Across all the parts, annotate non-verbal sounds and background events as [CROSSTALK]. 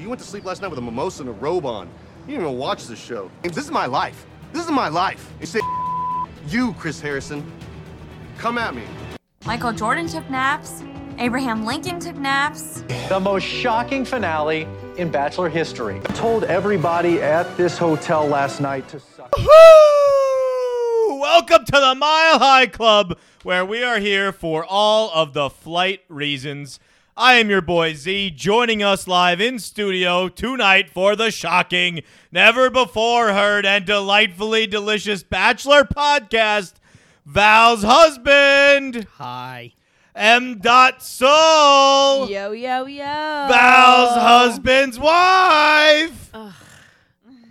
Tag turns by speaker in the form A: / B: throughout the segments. A: You went to sleep last night with a mimosa and a robe on. You didn't even watch this show. James, This is my life. This is my life. You say, [LAUGHS] you, Chris Harrison, come at me.
B: Michael Jordan took naps. Abraham Lincoln took naps.
C: The most shocking finale in Bachelor history. Told everybody at this hotel last night to suck.
D: Woo! Welcome to the Mile High Club, where we are here for all of the flight reasons. I am your boy Z, joining us live in studio tonight for the shocking, never before heard, and delightfully delicious Bachelor podcast. Val's husband,
E: Hi.
D: M. Dot Soul,
F: Yo, yo, yo.
D: Val's husband's wife.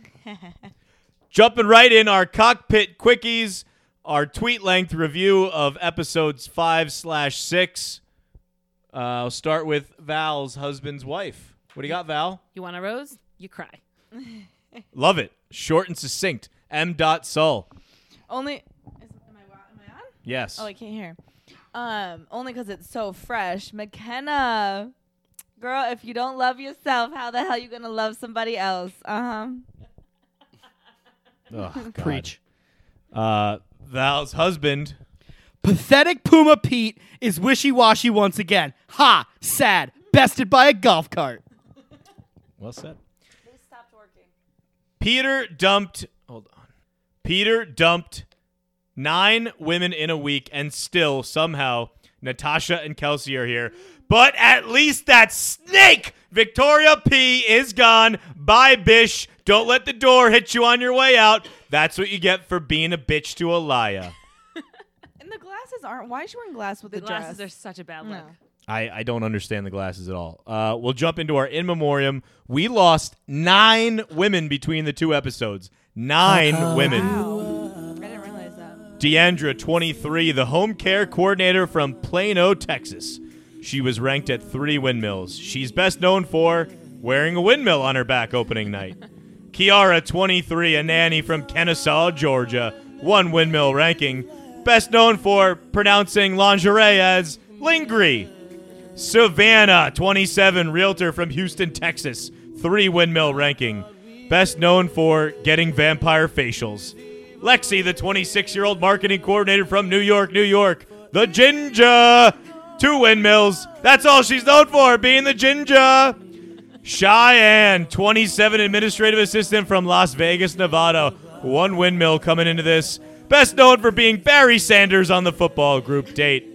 D: [LAUGHS] Jumping right in our cockpit quickies, our tweet length review of episodes five slash six. Uh, I'll start with Val's husband's wife. What do you got, Val?
E: You want a rose? You cry.
D: [LAUGHS] Love it. Short and succinct. M. Dot Sol.
F: Only. Is, am, I, wa- am I on?
D: Yes.
F: Oh, I can't hear. Um, only because it's so fresh. McKenna, girl, if you don't love yourself, how the hell you gonna love somebody else? Uh huh.
D: Oh, God. Uh, Val's husband.
E: Pathetic Puma Pete is wishy washy once again. Ha! Sad. Bested by a golf cart.
D: Well said.
F: They stopped working.
D: Peter dumped. Hold on. Peter dumped nine women in a week, and still somehow Natasha and Kelsey are here. But at least that snake, Victoria P, is gone. Bye, Bish. Don't let the door hit you on your way out. That's what you get for being a bitch to Elia.
F: And the glasses aren't. Why is she wearing glass with
E: The,
F: the,
E: glasses
F: dress?
E: are such a bad
F: No.
E: look.
D: I, I don't understand the glasses at all. Uh, we'll jump into our in memoriam. We lost nine women between the two episodes. Nine women.
F: Wow. I didn't realize that.
D: Deandra, 23, the home care coordinator from Plano, Texas. She was ranked at three windmills. She's best known for wearing a windmill on her back opening night. Kiara, 23, a nanny from Kennesaw, Georgia, one windmill ranking, best known for pronouncing lingerie as lingry. Savannah, 27, realtor from Houston, Texas, three windmill ranking, best known for getting vampire facials. Lexi, the 26 year old marketing coordinator from New York, New York, the Ginger, two windmills. That's all she's known for, being the Ginger. Cheyenne, 27 administrative assistant from Las Vegas, Nevada. One windmill coming into this. Best known for being Barry Sanders on the football group date.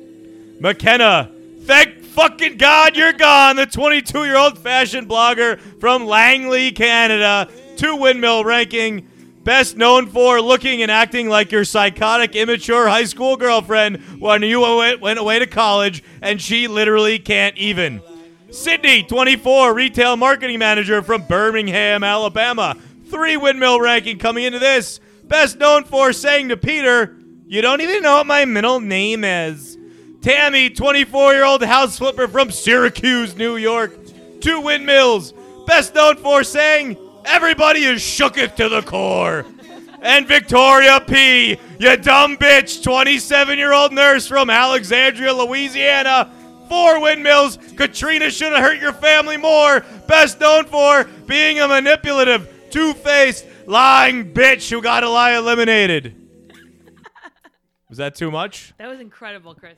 D: McKenna, thank fucking God you're gone. The 22 year old fashion blogger from Langley, Canada. Two windmill ranking. Best known for looking and acting like your psychotic, immature high school girlfriend when you went went away to college and she literally can't even. Sydney, 24, retail marketing manager from Birmingham, Alabama. Three windmill ranking coming into this. Best known for saying to Peter, You don't even know what my middle name is. Tammy, 24 year old house flipper from Syracuse, New York. Two windmills. Best known for saying, Everybody is shooketh to the core. And Victoria P., you dumb bitch, 27 year old nurse from Alexandria, Louisiana. Four windmills. Katrina should have hurt your family more. Best known for being a manipulative, two faced, lying bitch who got a lie eliminated. Was that too much?
E: That was incredible, Chris.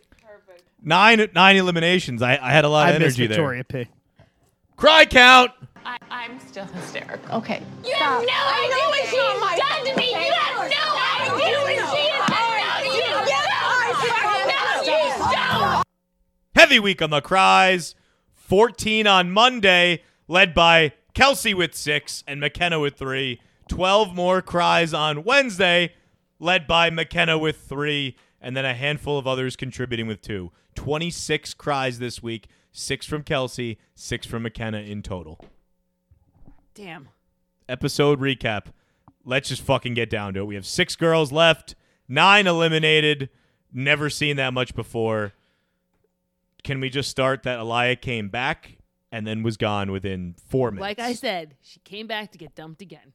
D: Nine nine eliminations. I, I had a lot of
E: I miss
D: energy
E: Victoria P.
D: there. Cry count.
G: I'm still hysterical. Okay.
H: You have no idea what she has done to me. You have no idea what she has done to you. No, you don't.
D: Heavy week on the cries. 14 on Monday, led by Kelsey with six and McKenna with three. 12 more cries on Wednesday, led by McKenna with three, and then a handful of others contributing with two. 26 cries this week, six from Kelsey, six from McKenna in total.
E: Damn.
D: Episode recap. Let's just fucking get down to it. We have six girls left, nine eliminated. Never seen that much before can we just start that Elia came back and then was gone within four minutes?
E: Like I said, she came back to get dumped again.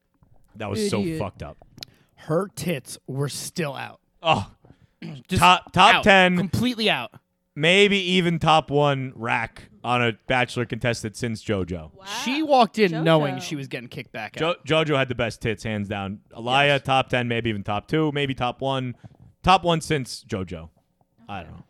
D: that was so fucked up.
I: her tits were still out.
D: Oh, top top
E: Out.
D: ten,
I: Completely out.
D: maybe even top one rack on a Bachelor contestant since JoJo.
I: She walked in knowing
F: JoJo.
I: she was getting kicked back out.
D: Jo- JoJo had the best tits, hands down. Elia, top 10, maybe even top two, maybe top one. Top one since JoJo. I don't know.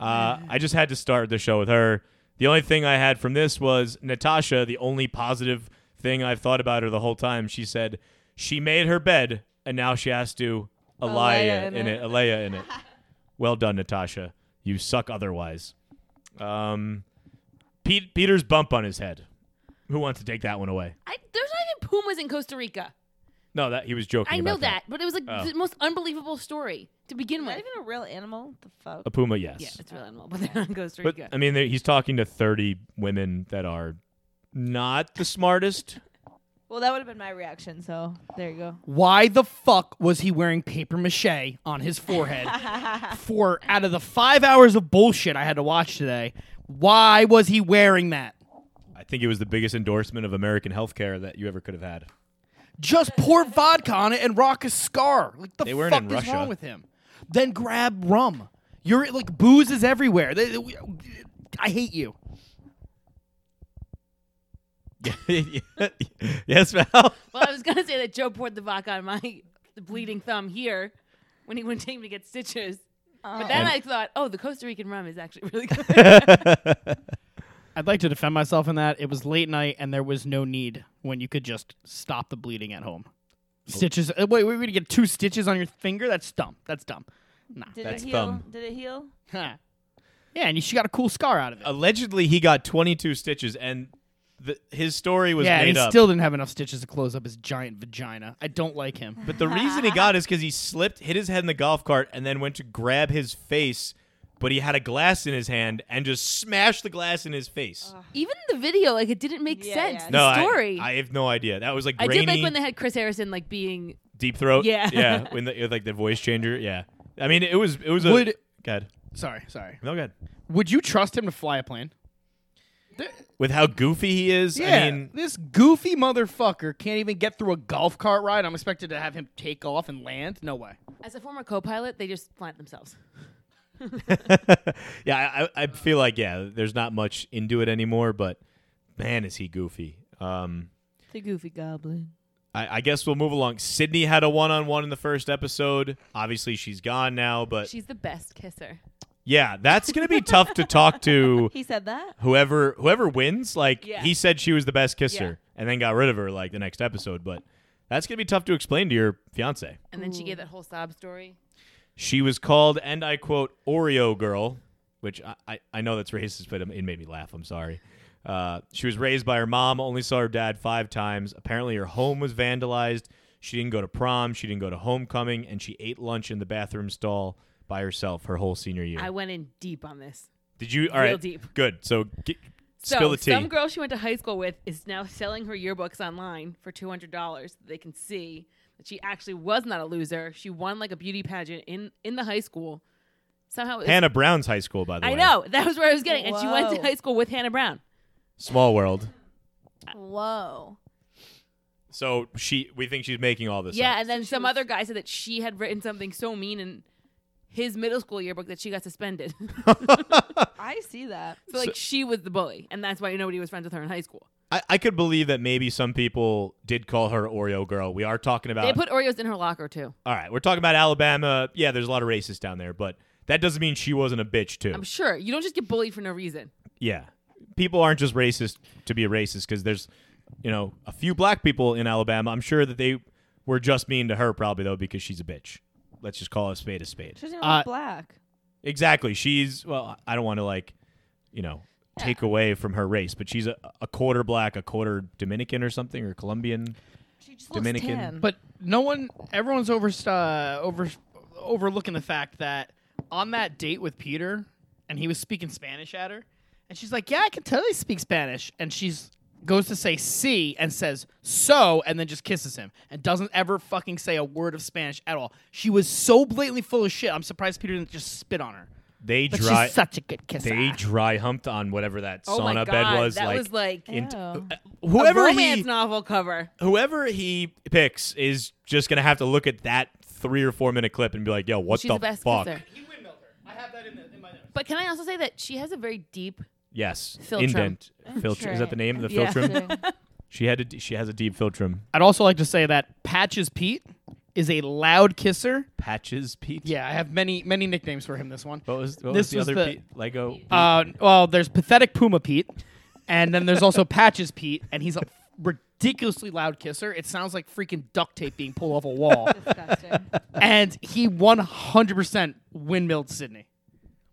D: Uh, I just had to start the show with her. The only thing I had from this was Natasha, the only positive thing I've thought about her the whole time. She said she made her bed and now she has to Elia
F: Elia
D: in,
F: in
D: it.
F: it.
D: Elia [LAUGHS] in it. Well done, Natasha. You suck otherwise. Um, Pete, Peter's bump on his head. Who wants to take that one away?
H: I, there's not even pumas in Costa Rica.
D: No, that he was joking.
H: I
D: about
H: know that, but it was like
D: Oh.
H: the most unbelievable story to begin
F: Not
H: with.
F: even a real animal. What the fuck?
D: A puma, yes.
H: Yeah, it's really unbelievable. But they're on Costa
D: but
H: Rica.
D: I mean, they- he's talking to thirty women that are not the smartest.
F: Well, that would have been my reaction. So there you go.
I: Why the fuck was he wearing paper mache on his forehead? For out of the five hours of bullshit I had to watch today, why was he wearing that?
D: I think it was the biggest endorsement of American healthcare that you ever could have had.
I: Just pour vodka on it and rock a scar. Like the
D: They weren't
I: fuck
D: in
I: is
D: Russia.
I: wrong with him? Then grab rum. You're like booze is everywhere. They- they- I hate you.
D: [LAUGHS] yes, Val.
H: well, I was gonna say that Joe poured the vodka on my [LAUGHS] the bleeding thumb here when he went to him to get stitches. But then
D: And-
H: I thought, oh, the Costa Rican rum is actually
E: [LAUGHS]
H: [LAUGHS] really good.
I: I'd like to defend myself in that it was late night and there was no need when you could just stop the bleeding at home. Stitches. uh, Wait, we're gonna get two stitches on your finger. That's dumb. That's dumb. Nah.
F: Did
D: That's
F: it heal?
D: dumb.
F: Did it heal?
I: Huh. yeah, and she got a cool scar out of Oh, it.
D: Allegedly, he got twenty-two stitches, and the, his story was
I: yeah, and
D: made
I: he
D: up.
I: still didn't have enough stitches to close up his giant vagina. I don't like him.
D: but the reason
H: [LAUGHS]
D: he got is because he slipped, hit his head in the golf cart, and then went to grab his face. But he had a glass in his hand and just smashed the glass in his face.
H: even the video, like it didn't make
F: Yeah,
H: sense.
F: yeah.
H: The
D: no, I-
H: story.
D: I, have no idea. That was like
H: I
D: grainy.
H: did like when they had Chris Harrison like being
D: Deep throat.
H: Yeah.
D: yeah. When the with, like the voice changer. Yeah. I mean, it was it was a
I: Would-
D: good.
I: Sorry, sorry.
D: No good.
I: Would you trust him to fly a plane?
D: With how goofy he is.
I: Yeah,
D: I mean, [LAUGHS]
I: this goofy motherfucker can't even get through a golf cart ride. I'm expected to have him take off and land. No way.
H: as a former co-pilot, they just fly it themselves.
D: yeah. I, I feel like yeah. There's not much into it anymore, but man, is he goofy. Um,
F: The goofy goblin.
D: I, I guess we'll move along. Sydney had a one-on-one in the first episode. Obviously, she's gone now, but
H: She's the best kisser.
D: yeah, that's gonna be tough to
H: [LAUGHS]
D: talk to.
F: He said that.
D: whoever whoever wins like
H: Yeah.
D: he said she was the best kisser
H: Yeah.
D: and then got rid of her like the next episode but that's going to be tough to explain to your fiance
H: And then she gave that whole sob story.
D: she was called and i quote oreo girl which i, I, I know that's racist but it made me laugh i'm sorry uh, she was raised by her mom only saw her dad five times apparently her home was vandalized she didn't go to prom she didn't go to homecoming and she ate lunch in the bathroom stall by herself her whole senior year
H: I went in deep on this.
D: did you all
H: real
D: right
H: deep.
D: good so get,
H: So
D: spill the tea
H: some girl she went to high school with is now selling her yearbooks online for two hundred dollars. They can see that she actually was not a loser. She won like a beauty pageant in in the high school. Somehow, it was-
D: hannah brown's high school by the
H: I
D: way
H: know that was where I was getting, and she went to
F: Whoa.
H: high school with Hannah Brown.
D: small world
F: Whoa.
D: So she, we think she's making all this.
H: yeah,
D: up.
H: and then some other guy said that she had written something so mean in his middle school yearbook that she got suspended. [LAUGHS] so
F: I see that.
H: like she was the bully, and that's why nobody was friends with her in high school.
D: I, I could believe that maybe some people did call her Oreo girl. We are talking about.
H: They put Oreos in her locker too.
D: all right, we're talking about Alabama. Yeah, there's a lot of racists down there, but that doesn't mean she wasn't a bitch too.
H: I'm sure you don't just get bullied for no reason.
D: yeah, people aren't just racist to be a racist because there's, you know, a few black people in Alabama. I'm sure that they were just mean to her probably though because she's a bitch. Let's just call a spade a spade.
F: She doesn't even
I: Uh,
F: look black.
D: Exactly. She's well. I don't want to like, you know, take away from her race, but she's a, a quarter black, a quarter Dominican or something, or Colombian.
F: She just
D: Dominican.
F: looks tan.
I: But no one, everyone's over, uh, over, overlooking the fact that on that date with Peter, and he was speaking Spanish at her, and she's like, "Yeah, I can totally speak Spanish," and she's goes to say "see" and says "so," and then just kisses him and doesn't ever fucking say a word of Spanish at all. She was so blatantly full of shit. I'm surprised Peter didn't just spit on her.
D: They
I: But
D: dry.
I: she's such a good kisser.
D: they dry humped on whatever that
H: Oh
D: sauna
H: my
D: bed
H: God,
D: was
H: that
D: like.
H: was like
D: in-
F: Oh.
H: a
D: whoever
H: romance
D: he
H: novel cover.
D: whoever he picks is just gonna have to look at that three or four minute clip and be like, "Yo, what
H: She's the best
D: fuck?"
H: kisser.
I: He windmilled her. I have that in, the, in my notes.
H: But can I also say that she has a very deep
D: Yes.
H: Philtrum.
D: Indent. Filtrum. Is that the name of the filtrum?
I: [LAUGHS]
D: She had a d- she has a deep filtrum.
I: I'd also like to say that Patches Pete is a loud kisser.
D: Patches Pete.
I: Yeah, I have many many nicknames for him. This one.
D: What was what was
I: This
D: the
I: was
D: other
I: the-
D: Pete? Lego? Pete?
I: Uh, well, there's pathetic Puma Pete, and then there's [LAUGHS] also Patches Pete, and he's a ridiculously loud kisser. It sounds like freaking duct tape being pulled off a wall.
F: Disgusting.
I: and he 100% windmilled Sydney.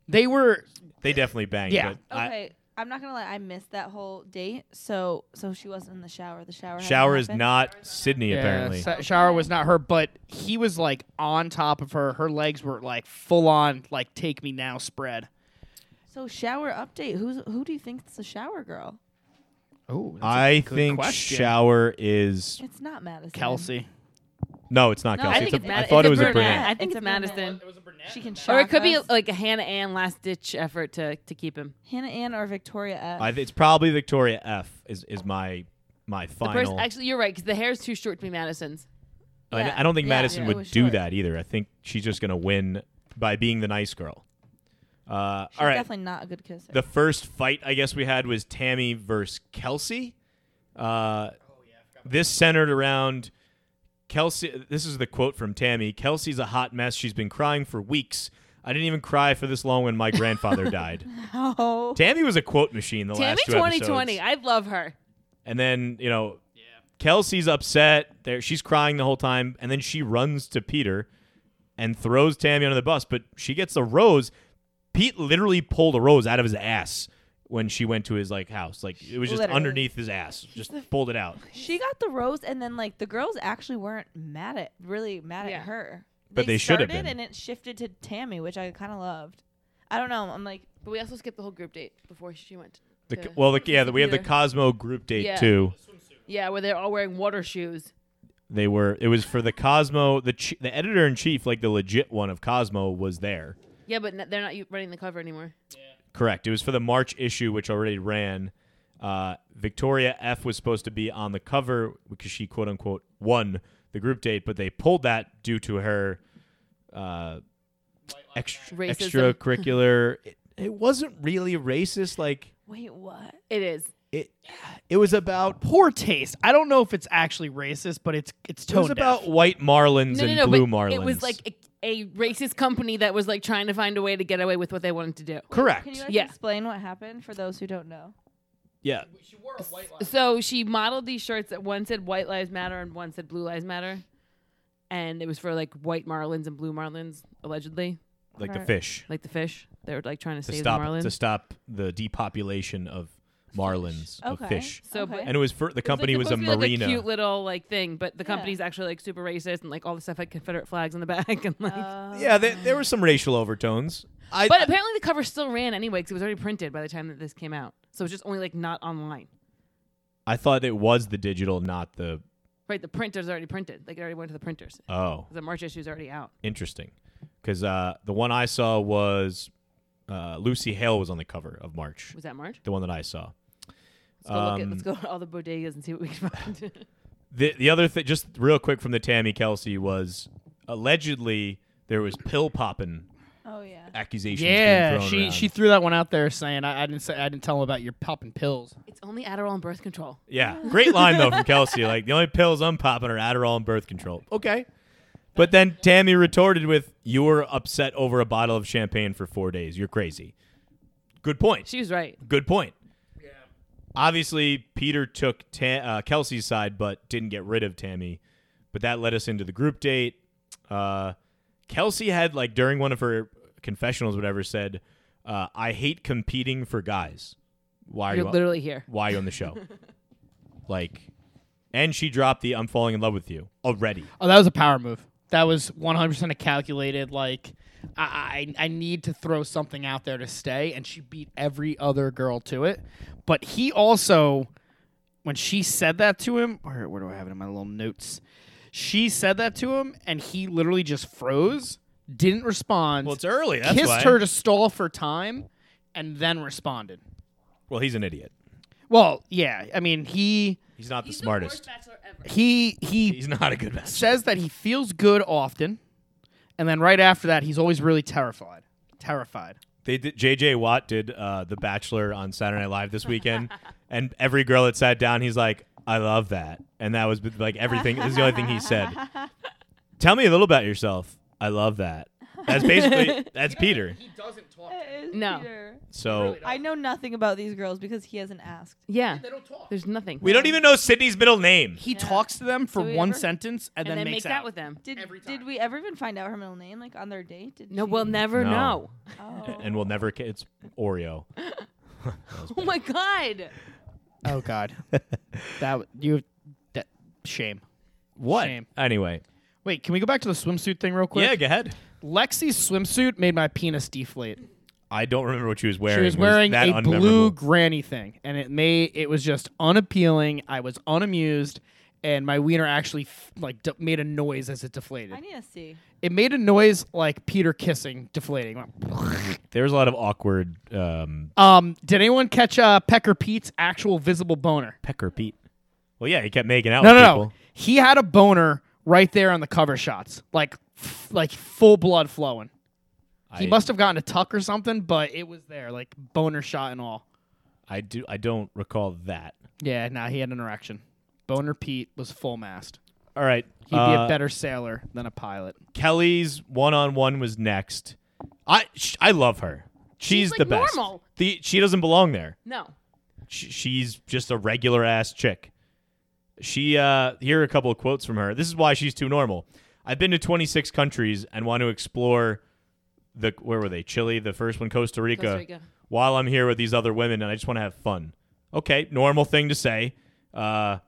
I: They were
D: they definitely banged.
I: yeah.
D: But I-
F: Okay, I, am not gonna lie. I missed that whole date. So, so she wasn't in the shower. The shower. hadn't
D: shower is
F: happened.
D: not Sydney apparently.
I: Sa- Shower was not her, but he was like on top of her. Her legs were like full on like take me now spread.
F: So shower update. Who's who do you think's the shower girl?
I: Oh,
D: I think shower is
F: It's not Madison.
I: Kelsey.
D: no, it's not
H: No,
D: Kelsey.
H: I think
D: It's a-
H: it's Mad-
D: I thought
H: it's
D: it was
H: a
D: a brand.
H: brunette. I think it's
F: a brunette.
H: Madison.
F: She
H: Or
F: can.
H: it
F: shock
H: could be
F: us.
H: like a Hannah Ann last ditch effort to, to keep him.
F: Hannah Ann or Victoria. F.
D: I th- it's probably Victoria F is is my my
H: The person-
D: final.
H: actually, you're right because the hair's too short to be Madison's.
D: I-
F: yeah,
D: I don't think
F: yeah, Oh,
D: Madison
F: it
D: would
F: was
D: do
F: short.
D: that either. I think she's just gonna win by being the nice girl. Uh,
F: She's
D: all right.
F: Definitely not a good kisser.
D: The first fight I guess we had was Tammy versus Kelsey. Uh, this centered around Kelsey. This is the quote from Tammy. Kelsey's a hot mess. She's been crying for weeks. I didn't even cry for this long when my
F: [LAUGHS]
D: grandfather died.
F: [LAUGHS] oh.
D: Tammy was a quote machine the
H: Tammy
D: last two
H: 2020. I
D: episodes.
H: love her.
D: And then, you know, Kelsey's upset. There, she's crying the whole time, and then she runs to Peter and throws Tammy under the bus. But she gets a rose. Pete literally pulled a rose out of his ass when she went to his like house. Like it was just
F: Literally.
D: underneath his ass. Just pulled it out.
F: She got the rose, and then like the girls actually weren't mad at really mad
H: Yeah.
F: at her.
D: But they should have
F: started
D: been.
F: And it shifted to Tammy, which I kind of loved. I don't know. I'm like,
H: But we also skipped the whole group date before she went.
D: The,
H: to-
D: well, the, yeah, we have the
H: Peter.
D: Cosmo group date
H: Yeah.
D: too.
H: yeah, where they're all wearing water shoes.
D: They were. It was for the Cosmo. The ch- the editor in chief, like the legit one of Cosmo, was there.
H: Yeah, but n- they're not u- running the cover anymore.
D: Correct. It was for the March issue, which already ran. Uh, Victoria F was supposed to be on the cover because she quote unquote won the group date, but they pulled that due to her uh, extra,
H: Racism.
D: extracurricular. [LAUGHS] it, it wasn't really racist. Like
F: wait, what?
H: It is.
D: it, it was about.
I: Poor taste. I don't know if it's actually racist, but it's it's
D: It was
I: tone deaf.
D: about white marlins
H: No, no,
D: and
H: no.
D: blue
H: but
D: marlins.
H: It was like a, a racist company that was like trying to find a way to get away with what they wanted to do.
D: correct.
F: Can you guys
H: Yeah.
F: explain what happened for those who don't know?
D: yeah,
H: So she modeled these shirts that one said White Lives Matter and one said Blue Lives Matter. And it was for like white marlins and blue marlins, allegedly,
D: like the fish
H: like the fish. They were like trying to,
D: to
H: save
D: stop
H: the marlins.
D: to stop the depopulation of marlins
F: Okay.
D: of fish.
H: So,
F: Okay.
H: but
D: And it was for the
H: It
D: company
H: like,
D: was, a
H: supposed to be, like,
D: marina.
H: cute little like thing, but the
F: Yeah.
H: company's actually like super racist and like all the stuff had Confederate flags on the back [LAUGHS] and like.
F: Uh,
D: Yeah, there, there were some racial overtones. I,
H: but apparently the cover still ran anyway because it was already printed by the time that this came out, so it's just only like not online.
D: I thought it was the digital, not the.
H: Right, the printer's already printed. Like it already went to the printers.
D: Oh,
H: The March issue's already out.
D: interesting. Because uh, the one I saw was uh, Lucy Hale was on the cover of March,
H: Was that March?
D: the one that I saw.
H: Let's go look at.
D: Um,
H: Let's go to all the bodegas and see what we can find. [LAUGHS]
D: The the other thing, just real quick from the Tammy Kelsey was allegedly there was pill popping
F: Oh yeah.
D: accusations. being
I: Yeah,
D: thrown
I: she
D: around.
I: she threw that one out there saying I, I didn't say I didn't tell him about your popping pills.
H: it's only Adderall and birth control.
D: Yeah, [LAUGHS] great line though from Kelsey. Like the only pills I'm popping are Adderall and birth control. Okay, but then Tammy retorted with, "You were upset over a bottle of champagne for four days. You're crazy." Good point.
H: She was right.
D: Good point. Yeah. Obviously, Peter took Ta- uh, Kelsey's side, but didn't get rid of Tammy. But that led us into the group date. Uh, Kelsey had like during one of her confessionals, whatever, said, uh, "I hate competing for guys. Why are
H: You're
D: you
H: literally here.
D: why are you on the [LAUGHS] show? like, and she dropped the "I'm falling in love with you" already.
I: Oh, that was a power move. That was 100% a calculated, like, I, I, I need to throw something out there to stay. And she beat every other girl to it. But he also, when she said that to him, where, where do I have it in my little notes? She said that to him, and he literally just froze, didn't respond,
D: Well, it's early. That's
I: kissed
D: why.
I: her to stall for time, and then responded.
D: well, he's an idiot.
I: Well, yeah. I mean, he,
D: He's not the smartest.
I: he, he
D: he's not a good bachelor.
I: says that he feels good often, and then right after that, he's always really terrified. Terrified.
D: They did, JJ Watt did uh, The Bachelor on Saturday Night Live this [LAUGHS] weekend, and every girl that sat down, he's like, "I love that," and that was like everything. this is the only thing he [LAUGHS] said. Tell me a little about yourself. I love that. That's basically [LAUGHS] that's Peter.
I: He doesn't talk.
H: Uh, No.
F: Peter.
D: So
F: I know nothing about these girls because he hasn't asked.
H: Yeah.
I: They don't talk.
H: There's nothing.
D: we don't even know Sydney's middle name.
I: He talks to them for
F: Do we
I: one
F: ever?
I: sentence and,
H: and then,
I: then
H: make
I: makes
H: that
I: out.
H: with them.
F: Did did we ever even find out her middle name like on their date? Did
H: No,
F: she-
H: we'll never
D: Mm. No.
H: know.
F: Oh.
D: and we'll never. ca- It's Oreo.
H: [LAUGHS] Oh my god.
I: Oh
H: [LAUGHS]
I: God, that w- you. That, shame.
D: What?
I: Shame.
D: Anyway,
I: Wait, can we go back to the swimsuit thing real quick?
D: yeah, go ahead.
I: Lexi's swimsuit made my penis deflate.
D: I don't remember what she was wearing.
I: She was
D: It
I: wearing
D: that
I: a blue
D: unmemorable.
I: granny thing, and it made it was just unappealing. I was unamused, and my wiener actually f- like d- made a noise as it deflated.
F: I need
H: [LAUGHS]
F: to see.
I: It made a noise like Peter kissing, deflating.
D: There was a lot of awkward um,
I: Um, did anyone catch uh, Pecker Pete's actual visible boner?
D: pecker Pete. Well, yeah, he kept making out.
I: No,
D: with
I: no,
D: people.
I: no. He had a boner right there on the cover shots, like f- like full blood flowing. He
D: I-
I: must have gotten a tuck or something, but it was there, like boner shot and all.
D: I do. I don't recall that.
I: Yeah, nah, he had an erection. Boner Pete was full mast.
D: All right.
I: He'd be
D: uh,
I: a better sailor than a pilot.
D: Kelly's one-on-one was next. I sh- I love her. She's,
H: She's, like,
D: the best.
H: normal.
D: The she doesn't belong there.
H: No.
D: Sh- she's just a regular ass chick. She uh here are a couple of quotes from her. This is why she's too normal. I've been to 26 countries and want to explore the where were they? Chile, the first one, Costa Rica.
H: Costa Rica.
D: While I'm here with these other women and I just want to have fun. Okay, normal thing to say. Uh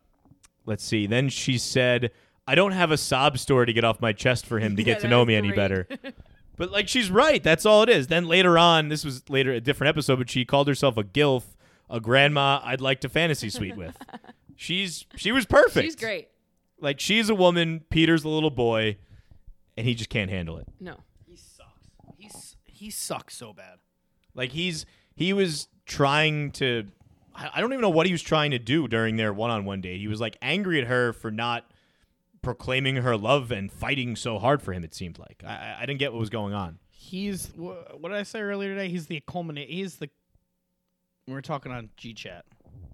D: let's see. Then she said, "I don't have a sob story to get off my chest for him to
H: [LAUGHS] Yeah,
D: get to
H: that
D: know
H: was
D: me any
H: great.
D: better."
H: [LAUGHS]
D: But like she's right. That's all it is. Then later on, this was later a different episode, but she called herself a gilf, a grandma I'd like to fantasy suite
H: [LAUGHS]
D: with. she's she was perfect.
H: She's great.
D: Like she's a woman. Peter's a little boy, and he just can't handle it.
H: No.
I: He sucks. He's he sucks so bad.
D: Like he's he was trying to. I I don't even know what he was trying to do during their one-on-one date. He was like angry at her for not proclaiming her love and fighting so hard for him. It seemed like I, I- I didn't get what was going on.
I: He's wh- what did I say earlier today? He's the culminate. He's the. We were talking on G Chat.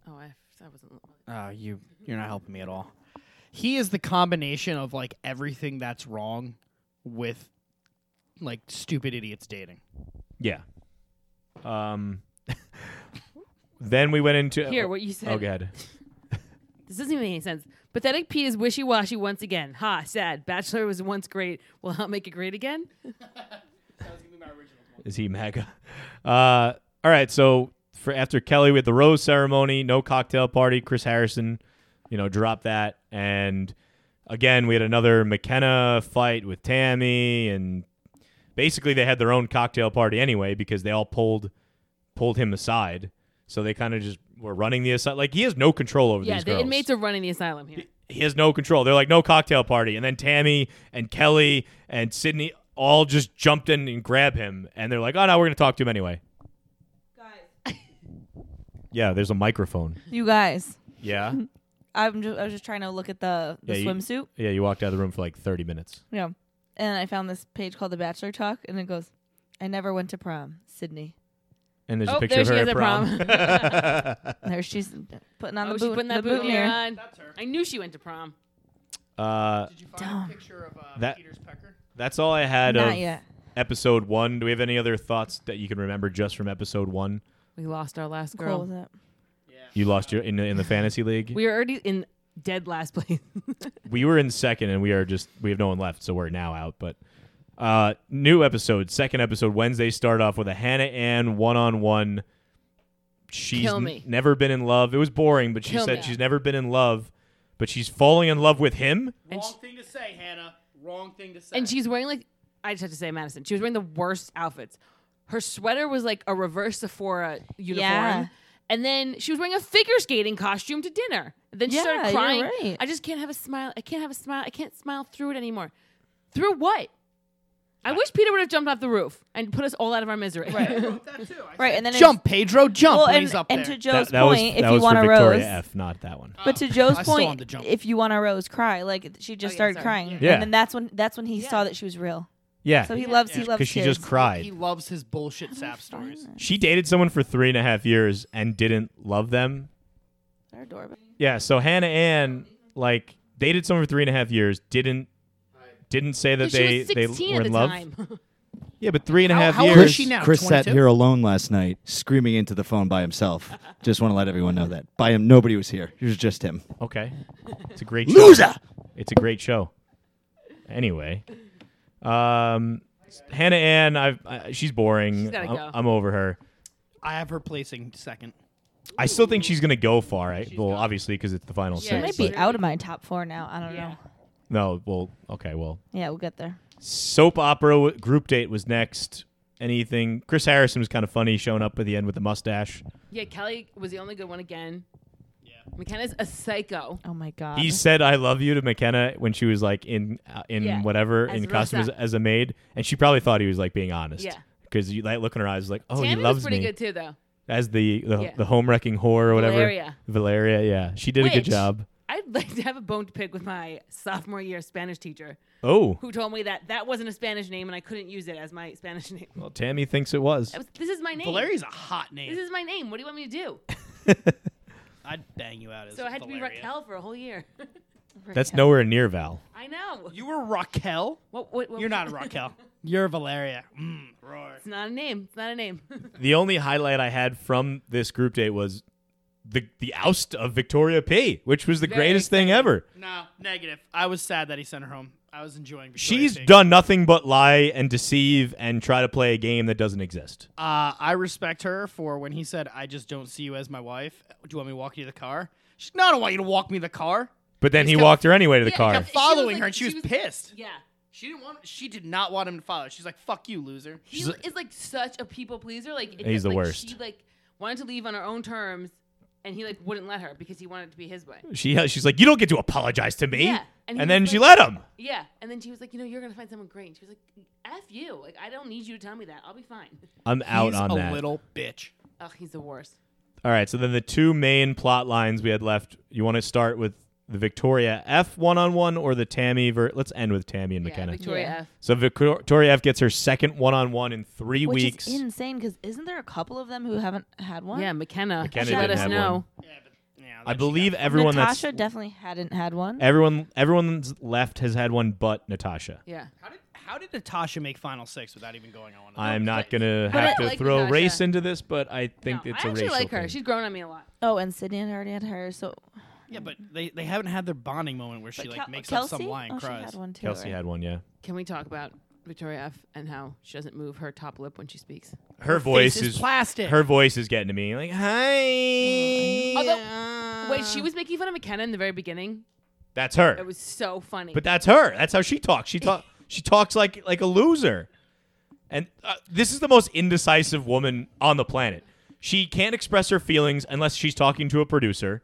H: Oh, I, I wasn't.
I: Uh, you you're not helping me at all. He is the combination of like everything that's wrong with like stupid idiots dating.
D: Yeah. Um. [LAUGHS] then we went into
H: Here, what you said.
D: Oh god.
H: This doesn't even make any sense. Pathetic Pete is wishy washy once again. Ha, sad. Bachelor was once great. Will not make it great again?
D: Is he MAGA? Uh. All right. So for after Kelly, we had the rose ceremony, no cocktail party. Chris Harrison, you know, dropped that, and again we had another McKenna fight with Tammy, and basically they had their own cocktail party anyway because they all pulled pulled him aside. So they kind of just were running the aside. Like he has no control over
H: yeah,
D: these
H: the
D: girls.
H: inmates are running the asylum here.
D: he has no control. They're like, no cocktail party. And then Tammy and Kelly and Sydney all just jumped in and grabbed him. And they're like, oh, no, we're going to talk to him anyway. Yeah, there's a microphone.
F: You guys,
D: [LAUGHS] Yeah.
F: I'm just I was just trying to look at the, the
D: Yeah, you-
F: swimsuit.
D: yeah, you walked out of the room for like 30 minutes.
F: Yeah. And I found this page called The Bachelor Talk, and it goes, I never went to prom, Sydney.
D: And there's
H: Oh,
D: a picture
H: there
D: of
H: she
D: her
H: is
D: at
H: at
D: prom. [LAUGHS]
F: There she's putting on
H: oh,
F: the
H: she's
F: boot,
H: putting that
F: the
H: boot, mirror
F: mirror.
H: on. That's her. I knew she went to prom.
D: uh,
I: Did you find a picture of uh,
D: That-
I: Peter's pecker?
D: that's all I had
F: Not
D: of
F: yet.
D: episode one. Do we have any other thoughts that you can remember just from episode one?
H: We lost our last girl.
F: Girl was it?
D: You lost your in the, in the fantasy league. We,
H: we are already in dead last place. [LAUGHS]
D: were in second, and we are just we have no one left, so we're now out. But uh, new episode, second episode Wednesday. Start off with a Hannah Ann one on one. She's
H: Kill
D: n-
H: me.
D: never been in love. It was boring, but she
H: Kill
D: said
H: me.
D: she's never been in love, but she's falling in love with him.
H: And
I: Wrong
H: sh-
I: thing to say, Hannah. Wrong thing to say.
H: and she's wearing like I just have to say Madison. She was wearing the worst outfits. Her sweater was like a reverse Sephora uniform.
F: Yeah.
H: And then she was wearing a figure skating costume to dinner. Then she
F: Yeah,
H: started
F: you're
H: crying.
F: right.
H: I just can't have a smile. I can't have a smile. I can't smile through it anymore. Through what? I wish Peter would have jumped off the roof and put us all out of our misery. [LAUGHS] Right.
F: Right, and then it
I: jump, Pedro,
F: was,
I: jump.
F: well,
I: when
F: and,
I: he's up
F: and
I: there.
F: to Joe's
D: that that was
F: point,
D: that
F: if
D: was
F: you want
D: for
F: a
D: Victoria
F: rose,
D: F, not that one.
F: but to Joe's
I: I still want the
F: point,
I: jump.
F: if you want a rose, cry. Like she just
H: yeah,
F: started
H: sorry.
F: crying,
D: Yeah.
F: and then that's when that's when he
H: Yeah.
F: saw that she was real.
D: Yeah,
F: So he loves he loves
D: because
F: kids.
D: she just cried.
I: He loves his bullshit sap stories.
D: She dated someone for three and a half years and didn't love them.
F: They're adorable.
D: Yeah, so Hannah Ann like dated someone for three and a half years, didn't didn't say that
H: she
D: they
H: was
D: they
H: 16
D: were
H: at
D: in
H: the [LAUGHS]
D: love.
H: time.
D: Yeah, but three and a
I: How-
D: half
I: how old
D: years.
I: is she now?
J: Chris sat
I: 22?
J: here alone last night screaming into the phone by himself. Just want to let everyone know that. By him, nobody was here. It was just him.
D: Okay, it's a great show. loser. It's a great show. Anyway, um, Hannah Ann, I've I, she's boring.
H: She's gotta
D: I'm,
H: go.
D: I'm over her.
I: I have her placing second.
D: I still think she's gonna go far. I, well, obviously because it's the final
H: Yeah,
D: six.
H: might
F: Might
H: be
F: be
D: but-
F: out of my top four now. I don't know.
D: no, well, okay, well,
F: Yeah, we'll get there.
D: soap opera w- group date was next. Anything? Chris Harrison was kind of funny showing up at the end with the mustache.
H: yeah, Kelly was the only good one again. Yeah. McKenna's a psycho.
F: Oh my god.
D: He said "I love you" to McKenna when she was like in uh, in
H: Yeah,
D: whatever
H: as
D: in
H: Rosa.
D: costume as, as a maid, and she probably thought he was like being honest.
H: Yeah.
D: Because you like look in her eyes, like, oh,
H: Tammy
D: he loves
H: was pretty
D: me.
H: good too, though.
D: As the the,
H: Yeah.
D: the home wrecking whore or whatever.
H: Valeria.
D: Valeria, yeah, she did a good
H: Which-
D: job.
H: I'd like to have a bone to pick with my sophomore year Spanish teacher
D: Oh,
H: who told me that that wasn't a Spanish name and I couldn't use it as my Spanish [LAUGHS] name.
D: well, Tammy thinks it was.
H: I was, this is my name.
I: Valeria's a hot name.
H: This is my name. What do you want me to do?
I: I'd bang you out as
H: So I had to be
I: Valeria.
H: Raquel for a whole year. [LAUGHS]
D: That's nowhere near Val.
H: I know.
I: You were Raquel.
H: What, what, what-
I: You're not Raquel. You're Valeria. Mm, roar.
H: [LAUGHS] It's not a name. It's not a name.
D: The only highlight I had from this group date was the the oust of Victoria P, which was the
H: Very
D: greatest thing ever.
I: No, negative. I was sad that he sent her home. I was enjoying. Victoria
D: She's
I: Secret.
D: done nothing but lie and deceive and try to play a game that doesn't exist.
I: Uh, I respect her for when he said, "I just don't see you as my wife." Uh, Do you want me to walk you to the car? She's no, I don't want you to walk me to the car.
D: But then
I: He's
D: he
I: got-
D: walked her anyway to
H: [LAUGHS]
D: the
H: Yeah,
D: car.
I: Kept
H: was
I: following
H: like-
I: her, and she,
H: she was-
I: was, pissed.
H: yeah.
I: She didn't want. She did not want him to follow. She's like, "Fuck you, loser."
H: He
D: She's a-
H: is like such a people pleaser. Like it
D: He's
H: just,
D: the
H: like,
D: worst.
H: She like wanted to leave on her own terms, and he like wouldn't let her because he wanted it to be his way.
D: She uh, she's like, you don't get to apologize to me.
H: Yeah, and
D: And,
H: he was
D: then she
H: like-
D: let him.
H: Yeah, and then she was like, you know, you're gonna find someone great. And she was like, f you. Like I don't need you to tell me that. I'll be fine.
D: I'm out
I: He's
D: on
I: a
D: that.
I: little bitch.
H: Oh, he's the worst.
D: All right. So then the two main plot lines we had left. You want to start with the Victoria F one on one or the Tammy? Ver- Let's end with Tammy and
H: Yeah,
D: McKenna.
H: Victoria
F: Yeah.
H: F.
D: so Victoria F gets her second one on one in three
F: Which
D: weeks.
F: is insane because isn't there a couple of them who haven't had one?
H: Yeah, McKenna.
D: McKenna
H: she let
D: didn't
H: us
D: have
H: know.
I: Yeah,
D: I
I: that she
D: believe
I: got-
D: everyone
F: Natasha
D: that's
F: definitely hadn't had one.
D: everyone everyone's left has had one but Natasha.
H: Yeah.
I: How did how did Natasha make final six without even going on? one? of those?
D: I'm not
H: but-
D: gonna
H: but
D: have
H: I
D: to
H: like
D: throw
H: Natasha.
D: race into this, but I think
H: No,
D: it's
H: I
D: a
H: actually
D: racial
H: like her.
D: thing.
H: She's grown on me a lot.
F: oh, and Sydney had already had her. So
I: Yeah, but they, they haven't had their bonding moment where she
F: but
I: like
F: Kel-
I: makes
F: Kelsey?
I: up some lying
F: oh, She
I: cries.
F: had one too.
D: Kelsey
F: right?
D: had one, yeah.
H: Can we talk about Victoria F and how she doesn't move her top lip when she speaks?
D: Her,
I: face
D: voice
I: is plastic. Mm,
D: Her voice is getting to me. Like, hi.
H: Although, wait, she was making fun of McKenna in the very beginning.
D: That's her.
H: It was so funny.
D: But that's her. That's how she talks. She talk. she talks like like a loser. And uh, this is the most indecisive woman on the planet. She can't express her feelings unless she's talking to a producer.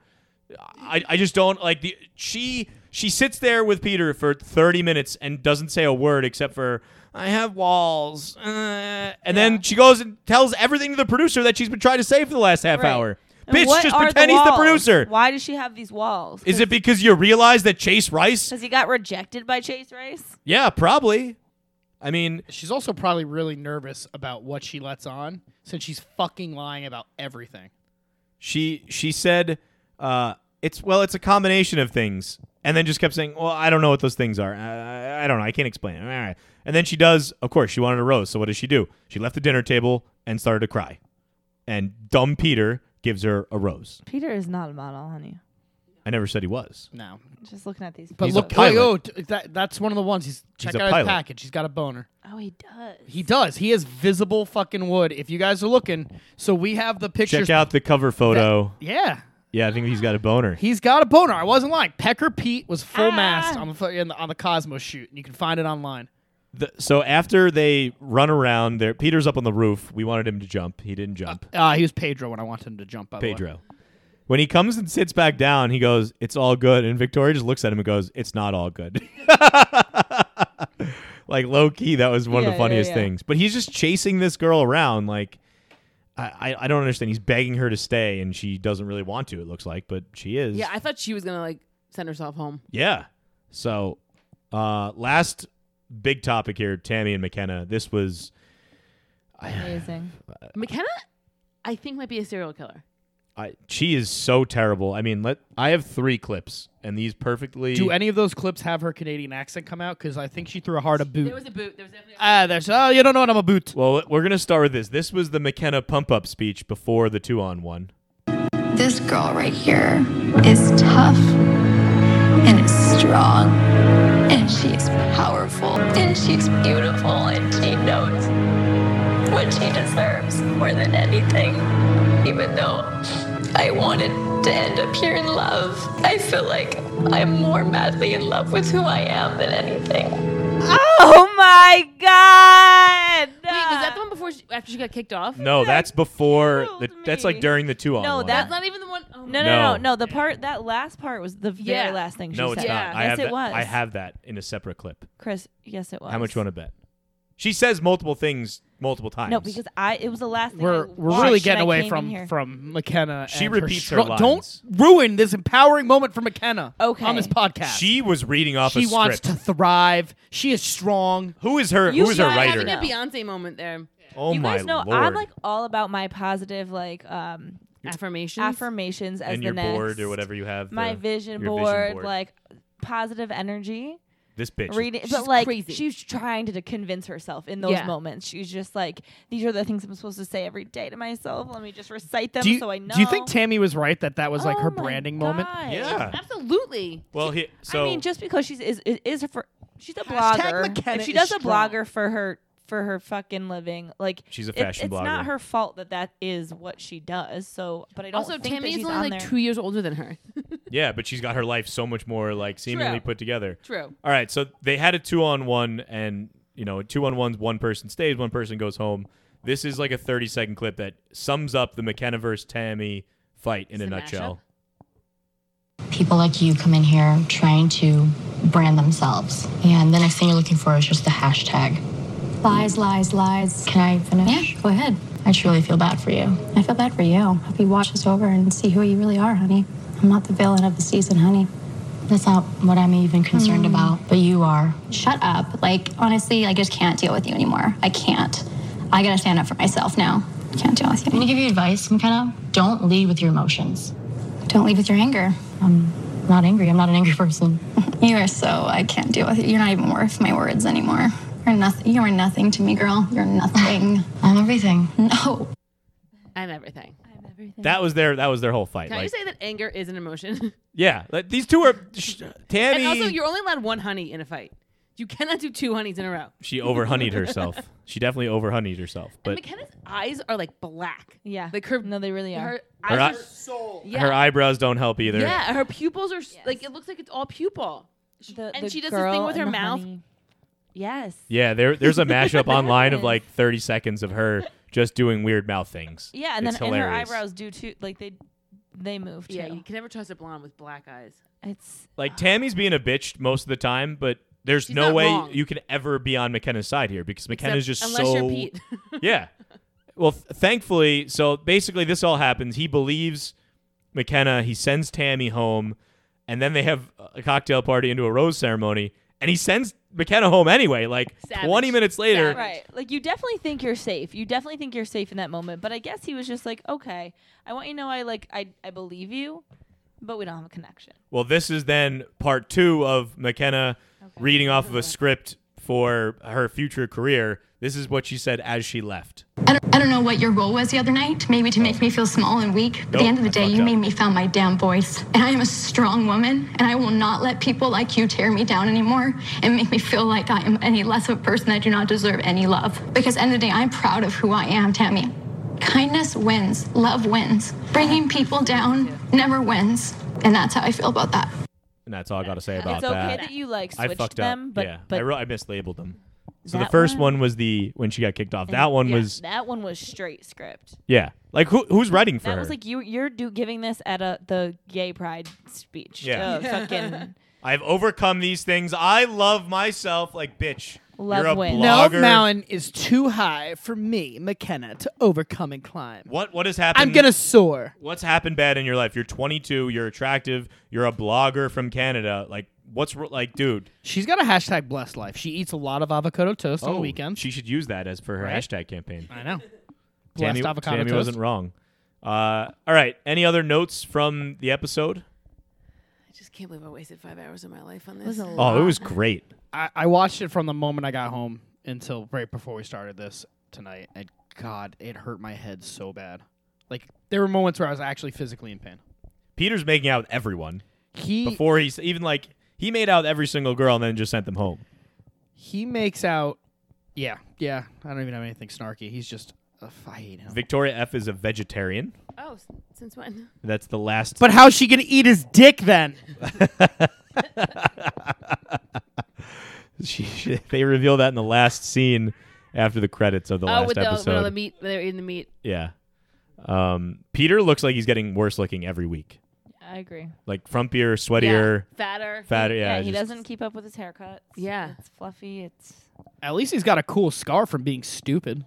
D: I, I just don't like the she she sits there with Peter for 30 minutes and doesn't say a word except for I have walls. Uh, and then she goes and tells everything to the producer that she's been trying to say for the last half
F: Right.
D: hour.
F: And
D: Bitch,
F: what
D: just
F: are
D: pretend he's the
F: walls?
D: producer.
F: Why does she have these walls?
D: Is it because you realize that Chase Rice?
F: because he got rejected by Chase Rice?
D: Yeah, probably. I mean,
I: She's also probably really nervous about what she lets on since she's fucking lying about everything.
D: she she said uh, it's well it's a combination of things and then just kept saying well i don't know what those things are i, I, I don't know i can't explain it All right. and then she does of course she wanted a rose so what does she do she left the dinner table and started to cry and dumb peter gives her a rose
F: Peter is not a model, honey.
D: i never said he was
I: No,
F: Just looking at these.
I: but
D: He's a
I: look,
D: pilot.
I: oh, t- that, that's one of the ones. He's check
D: a
I: out
D: pilot.
I: his package. He's got a boner.
F: Oh, he does.
I: He does. He is visible fucking wood. If you guys are looking, so we have the pictures.
D: check out the cover photo
I: Yeah,
D: yeah i think he's got a boner
I: he's got a boner. I wasn't lying. Pecker Pete was
F: Ah.
I: full mast on the, fucking- on the Cosmos shoot, and you can find it online.
D: The- so after they run around there peter's up on the roof we wanted him to jump he didn't jump
I: Uh, he was Pedro when I wanted him to jump. By the way.
D: Pedro. When he comes and sits back down, he goes, "It's all good." And Victoria just looks at him and goes, "It's not all good." [LAUGHS] like low key, that was one of
F: Yeah,
D: the
F: yeah,
D: funniest
F: yeah.
D: things. But he's just chasing this girl around. Like, I, I I don't understand. He's begging her to stay, and she doesn't really want to. It looks like, but she is.
H: yeah, I thought she was gonna like send herself home.
D: yeah. So, uh, last big topic here, Tammy and McKenna. This was
F: Amazing.
H: McKenna, I think might be a serial killer.
D: I, she is so terrible. I mean, let I have three clips, and these perfectly.
I: Do any of those clips have her Canadian accent come out? Because I think she threw a hard a boot.
H: There was a boot. There was definitely.
I: Ah, there's oh, you don't know what I'm a boot.
D: well, we're gonna start with this. This was the McKenna pump up speech before the two on one.
G: This girl right here is tough and is strong and she is powerful and she's beautiful and she knows what she deserves more than anything. Even though I wanted to end up here in love, I feel like I'm more madly in love with who I am than anything.
F: Oh my
H: Wait,
F: god!
H: was
D: Oh,
H: that the one before she, after she got kicked off?
D: No, that's before.
F: killed
D: The, that's like
F: me.
D: during the two on
F: No,
D: one.
H: that's not even the one oh
F: no,
H: my-
F: no, no,
D: No.
F: no, The part that last part was the
H: Yeah.
F: very last thing she
D: no,
F: said.
D: it's
H: Yeah.
D: not. I
F: yes,
D: have
F: it
D: that,
F: was.
D: I have that in a separate clip.
F: Chris. Yes, it was.
D: How much you want to bet? She says multiple things multiple times.
F: No, because I. It was the last thing.
I: We're
F: I
I: we're really
F: watched
I: getting
F: when I
I: away
F: came in
I: from
F: here.
I: from McKenna.
D: She
I: and
D: repeats her
I: strong-
D: lines.
I: Don't ruin this empowering moment for McKenna.
F: Okay.
I: On this podcast,
D: she was reading off
I: she
D: a
I: wants
D: script.
I: to thrive. She is strong.
D: who is her?
F: You
D: Who is her
F: guys
D: writer?
H: Having a Beyonce moment there.
D: Oh
F: you
D: my
F: guys know
D: lord!
F: I'm like all about my positive like um
H: Affirmations.
F: affirmations as
D: and
F: the
D: your
F: next.
D: board or whatever you have.
F: My
D: the-
F: vision
D: your
F: board,
D: board.
F: like positive energy.
D: this bitch.
F: Reading,
H: she's
F: but like
H: crazy.
F: she's trying to convince herself in those
H: Yeah.
F: moments. She's just like, these are the things I'm supposed to say every day to myself. Let me just recite them
I: Do you,
F: so I know.
I: do you think Tammy was right that that was like her
F: Oh my
I: branding
F: God.
I: moment?
D: Yeah.
F: [LAUGHS]
H: Absolutely.
D: Well, he, so
F: I mean, just because she's is is, is for she's a blogger.
I: McKenna
F: If she
I: is
F: does a
I: strong.
F: blogger for her for her fucking living, like
D: She's a
F: it's-
D: fashion
F: it's
D: blogger.
F: not her fault that that is what she does. So, but I don't
H: Also,
F: think
H: Tammy
F: that
H: is
F: she's
H: only
F: on
H: like
F: there.
H: two years older than her.
D: yeah, but she's got her life so much more like seemingly
H: True.
D: put together.
H: True.
D: All right, so they had a two on one, and you know, two on ones. One person stays, one person goes home. This is like a thirty second clip that sums up the McKenna versus Tammy fight in
H: It's
D: a
H: a
D: nutshell.
G: People like you come in here trying to brand themselves, and the next thing you're looking for is just the hashtag. Lies, lies, lies. Can I finish? Yeah, go ahead. I truly feel bad for you. I feel bad for you. Hope you watch this over and see who you really are, honey. I'm not the villain of the season, honey. That's not what I'm even concerned about, but you are. Shut up. Like, honestly, I just can't deal with you anymore. I can't. I gotta stand up for myself now. Can't deal with you. I'm gonna give you advice, McKenna. Don't lead with your emotions. Don't lead with your anger. I'm not angry. I'm not an angry person. you are so I can't deal with it. You're not even worth my words anymore. You're nothing. You are nothing to me, girl. You're nothing. I'm everything. No.
H: I'm everything.
D: That was their that was their whole fight.
H: Can I
D: Like,
H: just say that anger is an emotion? [LAUGHS]
D: yeah, like, these two are sh- Tammy.
H: and also, you're only allowed one honey in a fight. You cannot do two honeys in a row.
D: she overhoneyed herself. she definitely overhoneyed herself.
H: and
D: But
H: McKenna's eyes are like black.
F: Yeah.
H: Like her.
F: No, they really are.
H: Her
D: Her
H: eyes.
D: eye-
H: are, yeah.
D: her eyebrows don't help either.
H: Yeah. Her pupils are s like it looks like it's all pupil. She-
F: The-
H: and
F: the
H: she does this thing
F: girl
H: with her
F: and the
H: mouth.
F: honey. Yes.
D: Yeah, there, there's
H: [LAUGHS]
D: a mashup online of
F: is.
D: like 30 seconds of her just doing weird mouth things.
F: Yeah, and
D: it's
F: then and her
D: hilarious.
F: eyebrows do too. Like they they move too.
H: Yeah. You can never trust a blonde with black eyes.
F: It's
D: Like Tammy's being a bitch most of the time, but there's
H: She's
D: no
H: not
D: way
H: wrong.
D: you can ever be on McKenna's side here because McKenna's
H: Except-
D: just
H: unless
D: so.
H: you're Pete.
D: [LAUGHS]
H: [LAUGHS]
D: yeah. Well, th- thankfully, so basically this all happens. He believes McKenna. He sends Tammy home, and then they have a cocktail party into a rose ceremony, and he sends McKenna home anyway. Like
H: Savage.
D: 20 minutes later,
H: Savage.
F: [LAUGHS] right. Like you definitely think you're safe. You definitely think you're safe in that moment. But I guess he was just like, okay, I want you to know I like I I believe you, but we don't have a connection.
D: Well, this is then part two of McKenna reading off of a script for her future career. This is what she said as she left.
G: I don't, I don't know what your role was the other night, maybe to make me feel small and weak. But at
D: Nope,
G: the end of the
D: I
G: day,
D: fucked
G: you
D: up.
G: made me found my damn voice. And I am a strong woman, and I will not let people like you tear me down anymore and make me feel like I am any less of a person. I do not deserve any love. Because at the end of the day, I'm proud of who I am, Tammy. Kindness wins, love wins. Bringing people down never wins. And that's how I feel about that.
D: And that's all I got to say about
F: it's okay
D: that.
F: that you like
D: I
F: switched
D: fucked
F: them,
D: up.
F: but
D: yeah,
F: but
D: I, wrote, I mislabeled them. So the
F: that
D: first one? was the when she got kicked off. That one
H: yeah,
D: was
F: that one was straight script.
D: yeah. Like who who's writing for
F: That
D: her?
F: was like you you're do giving this at a the gay pride speech.
D: Yeah.
F: [LAUGHS] Uh, fucking
D: I've overcome these things. I love myself. Like bitch,
F: Love
D: you're a
F: wins.
I: No
D: blogger.
I: mountain is too high for me, McKenna, to overcome and climb.
D: What what has happened?
I: I'm gonna soar.
D: What's happened bad in your life? You're 22. You're attractive. You're a blogger from Canada. Like What's wr- like, dude?
I: She's got a hashtag blessed life. She eats a lot of avocado toast on the weekends.
D: Oh, She should use that as for her hashtag campaign.
I: I know. Blessed
D: Tammy,
I: avocado
D: Tammy
I: toast.
D: wasn't wrong. Uh, all right. Any other notes from the episode?
H: I just can't believe I wasted five hours of my life on this.
F: was a
D: Oh, it was great.
I: I, I watched it from the moment I got home until right before we started this tonight, and God, it hurt my head so bad. Like there were moments where I was actually physically in pain.
D: Peter's making out with everyone
I: He
D: before he's even like he made out with every single girl and then just sent them home.
I: he makes out. Yeah, yeah. I don't even have anything snarky. He's just a fight.
D: Victoria F is a vegetarian.
H: Oh, s- since when?
D: That's the last.
E: But how's she gonna eat his dick then?
D: [LAUGHS] she, she- they reveal that in the last scene after the credits of the
H: oh,
D: last
H: with the, with
D: episode.
H: all the meat. They're in the meat.
D: yeah. Um, Peter looks like he's getting worse looking every week.
F: I agree.
D: Like frumpier, sweatier,
H: Yeah. Fatter.
D: fatter. Yeah.
F: Yeah, he
D: just-
F: doesn't keep up with his haircut.
H: Yeah.
F: it's fluffy. It's
I: At least he's got a cool scar from being stupid.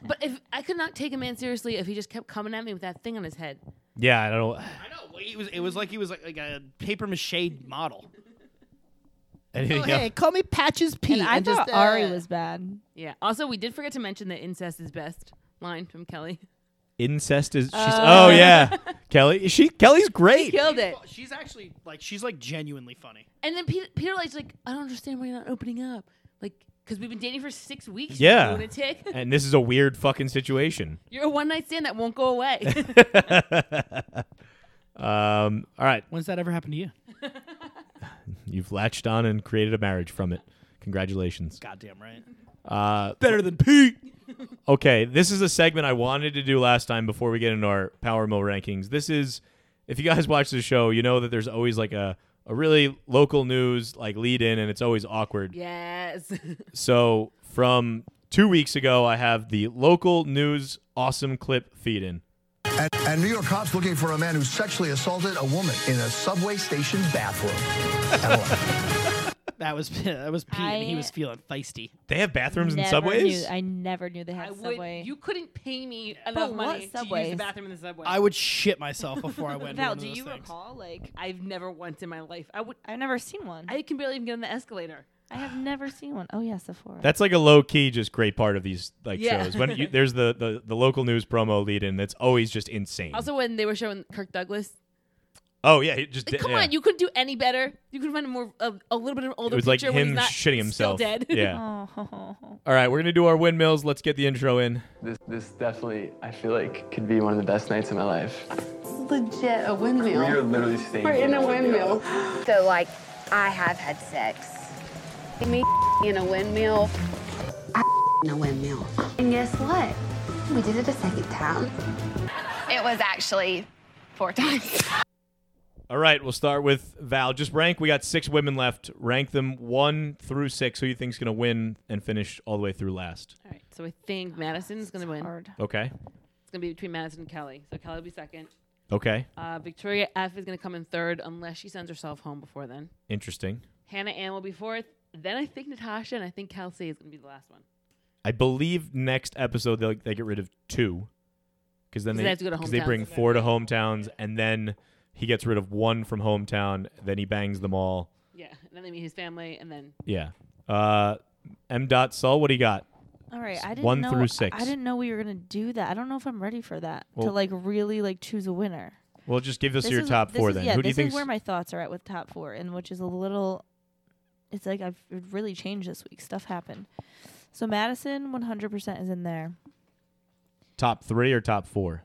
H: But if I could not take a man seriously if he just kept coming at me with that thing on his head.
D: Yeah. I don't. [SIGHS]
I: I know. It was it was like he was like, like a paper mache model.
D: Anything else?
I: call me Patches Pete.
F: and I thought
I: uh,
F: Ari was bad.
H: Yeah. Also, we did forget to mention the incest is best line from Kelly. [LAUGHS]
D: Incest is. She's, oh yeah. Kelly. She. Kelly's great.
H: Killed it.
I: She's actually like she's like genuinely funny.
H: And then Peter, Peter Light's like, I don't understand why you're not opening up. Like, because we've been dating for six weeks. you
D: Yeah.
H: Lunatic.
D: and this is a weird fucking situation.
H: You're a one night stand that won't go
D: [LAUGHS]
H: away. [LAUGHS]
D: Um. All right.
I: When's that ever happened to you?
D: You've latched on and created a marriage from it. Congratulations.
I: Goddamn right.
D: Uh,
I: Better than Pete.
D: [LAUGHS] Okay, this is a segment I wanted to do last time before we get into our Power Mill rankings. This is, if you guys [LAUGHS] watch the show, you know that there's always like a, a really local news like lead in, and it's always awkward.
H: yes. [LAUGHS]
D: So from two weeks ago, I have the local news awesome clip feed in.
K: And, and New York cops looking for a man who sexually assaulted a woman in a subway station bathroom. LOL.
I: [LAUGHS] That was [LAUGHS] that was Pete, and he
F: I-
I: was feeling feisty.
D: They have bathrooms
F: Never
D: and subways.
F: Knew, I never knew they had
H: I would,
F: subway.
H: You couldn't pay me
F: But
H: enough
F: what
H: money to use the
F: Subways?
H: bathroom in the subway.
I: [LAUGHS] I would shit myself before I went. to
F: Val,
I: one of
F: do
I: those
F: you
I: things.
F: recall? Like,
H: I've never once in my life. I would.
F: I've never seen one. I,
H: I can barely even get on the escalator.
F: have never seen one. Oh yeah, Sephora.
D: That's like a low key, just great part of these like
H: Yeah.
D: shows. When you,
H: [LAUGHS]
D: there's the, the the local news promo lead in, that's always just insane.
H: Also, when they were showing Kirk Douglas,
D: oh yeah, it just
H: like,
D: did-
H: come
D: yeah.
H: on, you couldn't do any better. You could find a more a, a little bit of an
D: It
H: older
D: was like
H: picture when
D: him
H: he's not
D: shitting himself.
H: Still dead. [LAUGHS]
D: Yeah.
F: oh, [LAUGHS]
D: All right, we're gonna do our windmills. Let's get the intro in.
L: This, this definitely, I feel like, could be one of the best nights of my life.
M: legit a windmill.
L: You're literally staying.
M: We're in a windmill. So, like, I have had sex. Me [LAUGHS] in a windmill. I [LAUGHS] in a windmill. And guess what? We did it a second time. It was actually four times.
N: [LAUGHS]
D: All right, we'll start with Val. Just rank. We got six women left. Rank them one through six. Who you think's gonna win and finish all the way through last?
H: All right. So I think Madison's gonna win.
F: hard.
D: Okay.
H: It's gonna be between Madison and Kelly. So Kelly will be second.
D: Okay.
H: Uh, Victoria F is gonna come in third unless she sends herself home before then.
D: Interesting.
H: Hannah Ann will be fourth. Then I think Natasha and I think Kelsey is gonna be the last one.
D: I believe next episode they they get rid of two, because then
H: 'Cause
D: they
H: they have to go to
D: 'cause they
H: hometowns.
D: bring four to hometowns, and then he gets rid of one from hometown. Then he bangs them all.
H: Yeah. And then they meet his family, and then
D: Yeah. Uh, M. Dot Sol, what do you got?
F: All right, I didn't
D: One
F: know,
D: through
F: I-
D: six.
F: I didn't know we were gonna do that. I don't know if I'm ready for that to
D: Well-
F: like really like choose a winner.
D: Well, just give us
F: This
D: your
F: is-
D: top
F: this
D: four
F: is-
D: then.
F: Yeah,
D: Who do you
F: this
D: think?
F: is where my thoughts are at with top four, and which is a little. It's like I've it really changed this week. Stuff happened. So Madison, 100% is in there,
D: top three or top four?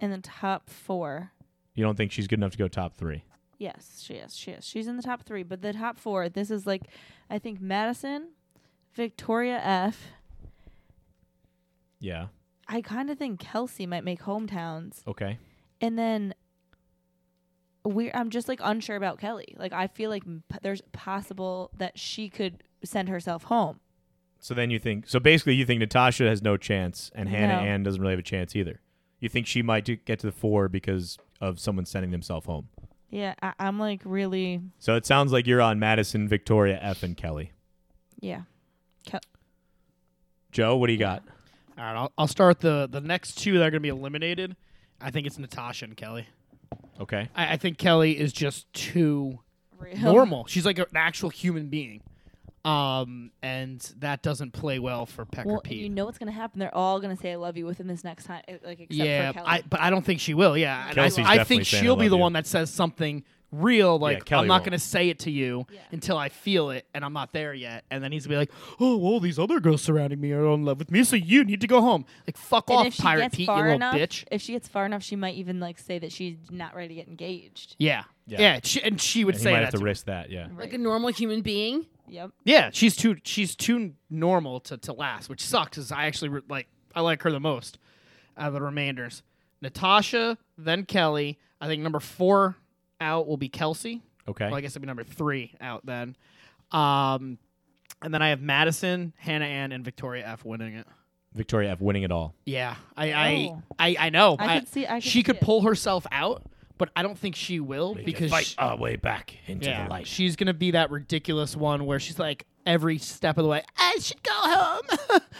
F: and the top four.
D: You don't think she's good enough to go top three?
F: Yes, she is. She is. She's in the top three, but the top four. This is like, I think Madison, Victoria F.
D: Yeah.
F: I kind of think Kelsey might make hometowns,
D: Okay.
F: and then we. I'm just like unsure about Kelly. Like I feel like m- p- there's possible that she could send herself home.
D: So then you think so basically you think Natasha has no chance and Hannah
F: No.
D: Ann doesn't really have a chance either. You think she might do, get to the four because of someone sending themselves home.
F: Yeah, I, I'm like really.
D: So it sounds like you're on Madison, Victoria, F, and Kelly.
F: Yeah. Ke-
D: Joe, what do you got?
I: All right, I'll, I'll start the the next two that are going to be eliminated. I think it's Natasha and Kelly.
D: Okay.
I: I, I think Kelly is just too normal. She's like an actual human being. Um, and that doesn't play well for Pecker
F: well,
I: Pete.
F: you know what's gonna happen. They're all gonna say "I love you" within this next time, eh, like except
I: yeah,
F: for Kelly.
I: I, but I don't think she will. Yeah, and I,
D: Kelsey's
I: I
D: definitely
I: think
D: saying,
I: she'll
D: "I
I: be
D: love
I: the
D: you."
I: one that says something real, like
D: Kelly
I: I'm not
D: won't.
I: going to say it to you until I feel it, and I'm not there yet. And then he's gonna be like, "Oh, all these other girls surrounding me are in love with me, so you need to go home." Like, fuck
F: and if
I: off,
F: she
I: Pirate
F: gets
I: Pete, you
F: far
I: little
F: enough,
I: bitch.
F: If she gets far enough, she might even like say that she's not ready to get engaged.
I: Yeah, yeah, she, and she would
D: And he
I: say
D: might
I: that
D: have to
I: to
D: risk that. Yeah.
H: Like a normal human being.
F: Yep.
I: Yeah, she's too she's too normal to, to last, which sucks. Cause I actually re- like I like her the most out of the remainders. Natasha, then Kelly. I think number four out will be Kelsey.
D: Okay.
I: Well, I guess it'll be number three out then. Um, and then I have Madison, Hannah Ann, and Victoria F winning it.
D: Victoria F winning it all.
I: Yeah, I I, I, I know.
F: Oh. I could see- I could
I: she could
F: see it.
I: pull herself out, but I don't think she will because
D: fight
I: she-
D: our way back into the light.
I: She's gonna be that ridiculous one where she's like every step of the way. I should go home. [LAUGHS]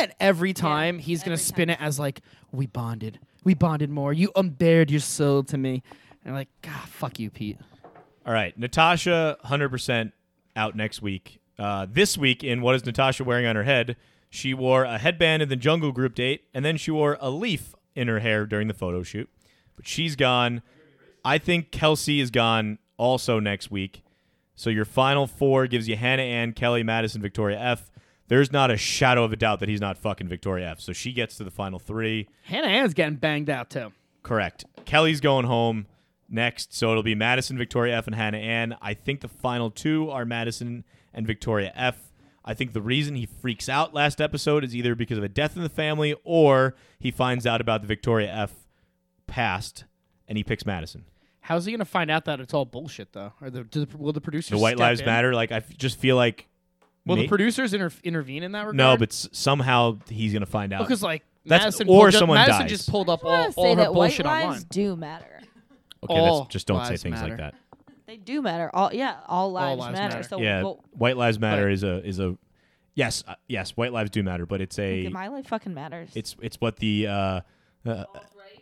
I: And every time he's gonna spin it as like we bonded, we bonded more. You unbared your soul to me, and like God, fuck you, Pete.
D: All right, Natasha, hundred percent out next week. Uh, this week, in what is Natasha wearing on her head? She wore a headband in the Jungle Group date, and then she wore a leaf in her hair during the photo shoot. But she's gone. I think Kelsey is gone also next week. So your final four gives you Hannah Ann, Kelly, Madison, Victoria F. There's not a shadow of a doubt that he's not fucking Victoria F. So she gets to the final three.
I: Hannah Ann's getting banged out too.
D: Correct. Kelly's going home next, so it'll be Madison, Victoria F, and Hannah Ann. I think the final two are Madison and Victoria F. I think the reason he freaks out last episode is either because of a death in the family or he finds out about the Victoria F past and he picks Madison.
I: How's he gonna find out that it's all bullshit though? Or the, do the will the producers?
D: The White
I: step
D: Lives
I: in?
D: Matter, like I f- just feel like
I: Will
D: may-
I: the producers inter- intervene in that regard?
D: No, but s- somehow he's going to find out.
I: because like
D: That's-
I: Madison
D: or
I: pulled ju-
D: someone
I: Madison
D: dies.
I: just pulled up
F: I
I: all,
F: wanna say
I: all her
F: that
I: bullshit
F: white
I: online.
F: lives do matter.
D: Okay, that's,
I: all
D: just don't say
I: lives
D: things
I: matter.
D: like that.
F: They do matter. All yeah, all lives,
I: lives
F: matter.
I: matter.
F: So
D: yeah,
F: well,
D: White Lives Matter is a is a yes, uh, yes, White Lives do matter, but it's a
F: my life fucking matters.
D: It's it's what the uh, uh,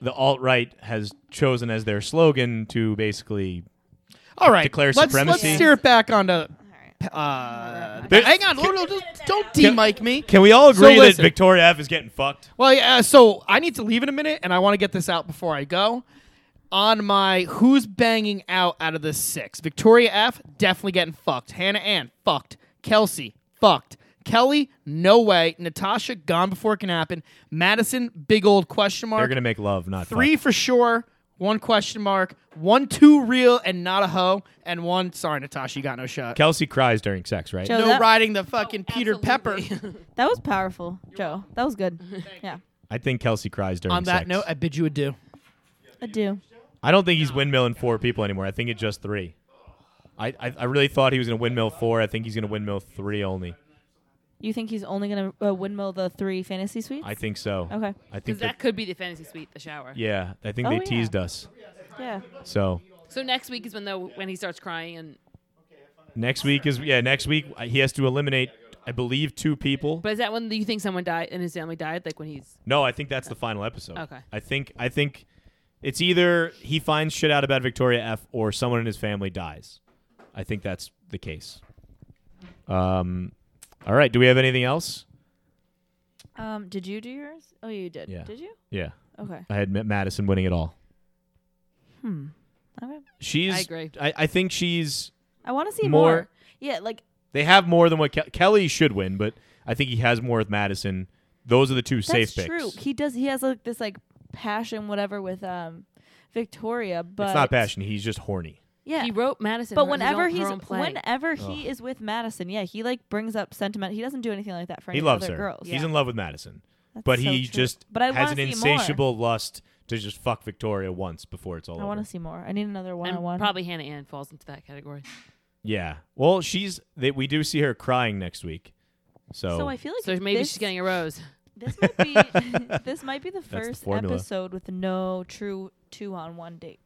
D: the alt right has chosen as their slogan to basically
I: All right,
D: declare
I: let's,
D: supremacy.
I: Let's steer it back onto. Uh,
D: There-
I: hang on, no, no, don't- don't de-mic
D: [LAUGHS]
I: me.
D: Can we all
I: So
D: agree that
I: listen.
D: Victoria F is getting fucked?
I: Well, yeah. uh, So I need to leave in a minute, and I want to get this out before I go. On my who's banging out out of the six? Victoria F. Definitely getting fucked. Hannah Ann fucked. Kelsey fucked. Kelly, no way. Natasha gone before it can happen. Madison, big old question mark.
D: They're gonna make love, not
I: Three for sure. One question mark. One two real and not a hoe. And one sorry, Natasha, you got no shot.
D: fuck. Kelsey cries during sex, right?
I: no riding the fucking Peter Pepper.
F: that was powerful, Joe. That was
I: [LAUGHS]
F: good. yeah,
D: I think Kelsey cries during
I: On that
D: sex.
I: note, I bid you adieu.
F: I do.
D: I don't think he's windmilling four people anymore. I think it's just three. I, I, I really thought he was gonna windmill four. I think he's gonna windmill three only.
F: You think he's only gonna uh, windmill the three fantasy suites?
D: I think so.
F: Okay.
D: I think
H: Because
D: that,
H: that could be the fantasy suite, the shower.
D: yeah. I think
F: Oh,
D: they
F: yeah.
D: teased us.
F: Yeah.
D: So
H: So next week is when though when he starts crying and
D: next week is yeah. Next week uh, he has to eliminate, I believe, two people.
H: but is that when you think someone died and his family died like when he's
D: No, I think that's the final episode.
H: Okay.
D: I think I think it's either he finds shit out about Victoria F or someone in his family dies. I think that's the case. Um all right, do we have anything else?
F: Um, did you do yours? Oh, you did.
D: Yeah.
F: Did you?
D: Yeah.
F: Okay.
D: I had Ma- Madison winning it all.
F: Hmm. Okay.
D: She's
F: I agree.
D: I, I think she's
F: I want to see
D: More-
F: more. Yeah, like
D: they have more than what Ke- Kelly should win, but I think he has more with Madison. Those are the two
F: that's
D: safe picks.
F: true. He does. He has like this like passion, whatever, with um Victoria. But
D: it's not passion, he's just horny.
F: Yeah.
H: he wrote Madison her-
F: but
H: his
F: whenever
H: own- her
F: he's
H: own play.
F: whenever he is with Madison, yeah, he like brings up sentiment. He doesn't do anything like that for
D: He
F: any
D: loves
F: other
D: her.
F: girls.
D: He's in love with Madison.
F: That's
D: but
F: so
D: he
F: true.
D: just
F: But I
D: has
F: wanna
D: an
F: see more.
D: insatiable lust to just fuck Victoria once before it's all
F: I
D: over.
F: want to see more. I need another one
H: and
F: on one.
H: probably Hannah Ann falls into that category.
D: Yeah. Well, she's they, we do see her crying next week. So,
F: So I feel like
H: So maybe
F: this-
H: she's getting a rose.
F: [LAUGHS] This might be
H: [LAUGHS]
F: this might be the
D: That's the
F: first
D: formula.
F: episode with no true two on one date.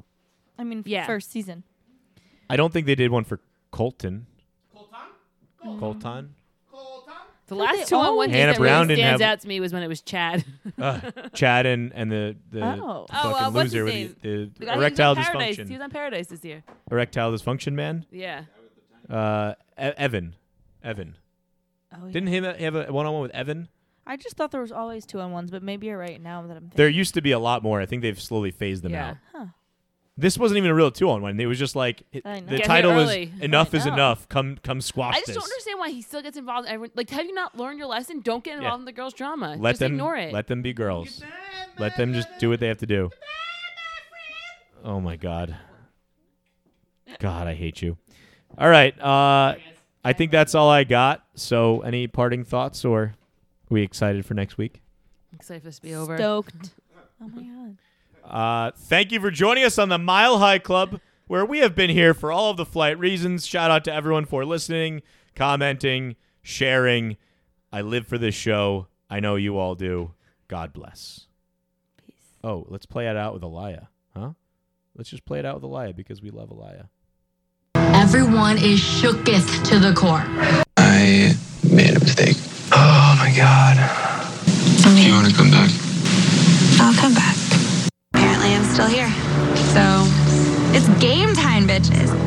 F: I mean, f-
H: Yeah.
F: first season. Mm.
D: I don't think they did one for Colton. Colton? Colton.
H: The
F: Don't
H: last
F: they
H: two on
F: all-
H: one date
D: Hannah
H: that
D: Brown
H: really
D: didn't
H: stands
D: have-
H: out to me was when it was Chad.
D: Uh, Chad and, and the, the
H: Oh.
D: the
H: Oh, uh,
D: fucking
H: what's his
D: loser
H: name?
D: with the,
H: [LAUGHS] The guy who
D: the
H: was on
D: erectile
H: Paradise.
D: dysfunction.
H: He was on Paradise this year.
D: Erectile dysfunction man?
H: Yeah.
D: Uh, E- Evan. Evan.
F: Oh, yeah.
D: Didn't him have a one on one with Evan?
F: I just thought there was always two on ones, but maybe you're right now that I'm thinking.
D: There used to be a lot more. I think they've slowly phased them
F: Yeah.
D: out.
F: Huh.
D: This wasn't even a real two on one. It was just like it-
H: I know.
D: the
H: Get here
D: title was
H: early.
D: "Enough
H: I
D: is
H: know.
D: enough." Come, come, squash
H: I just
D: this.
H: don't understand why he still gets involved. In everyone, like, have you not learned your lesson? Don't get involved in the girls' drama.
D: Let
H: just
D: them
H: ignore it.
D: Let them be girls. Let them just do what they have to do. Oh my god. God, I hate you. All right. Uh, I think that's all I got. So, any parting thoughts, or are we excited for next week?
H: I'm excited for this to be over.
F: Stoked. [LAUGHS] oh my god.
D: Uh, thank you for joining us on the Mile High Club, where we have been here for all of the flight reasons. Shout out to everyone for listening, commenting, sharing. I live for this show. I know you all do. God bless. Peace. Oh, let's play it out with Elia, huh? Let's just play it out with Elia because we love Elia.
G: Everyone is shooketh to the core.
O: I made a mistake. Oh my god. Do you want to come back?
N: I'll come back. Apparently, I'm still here. So it's game time, bitches.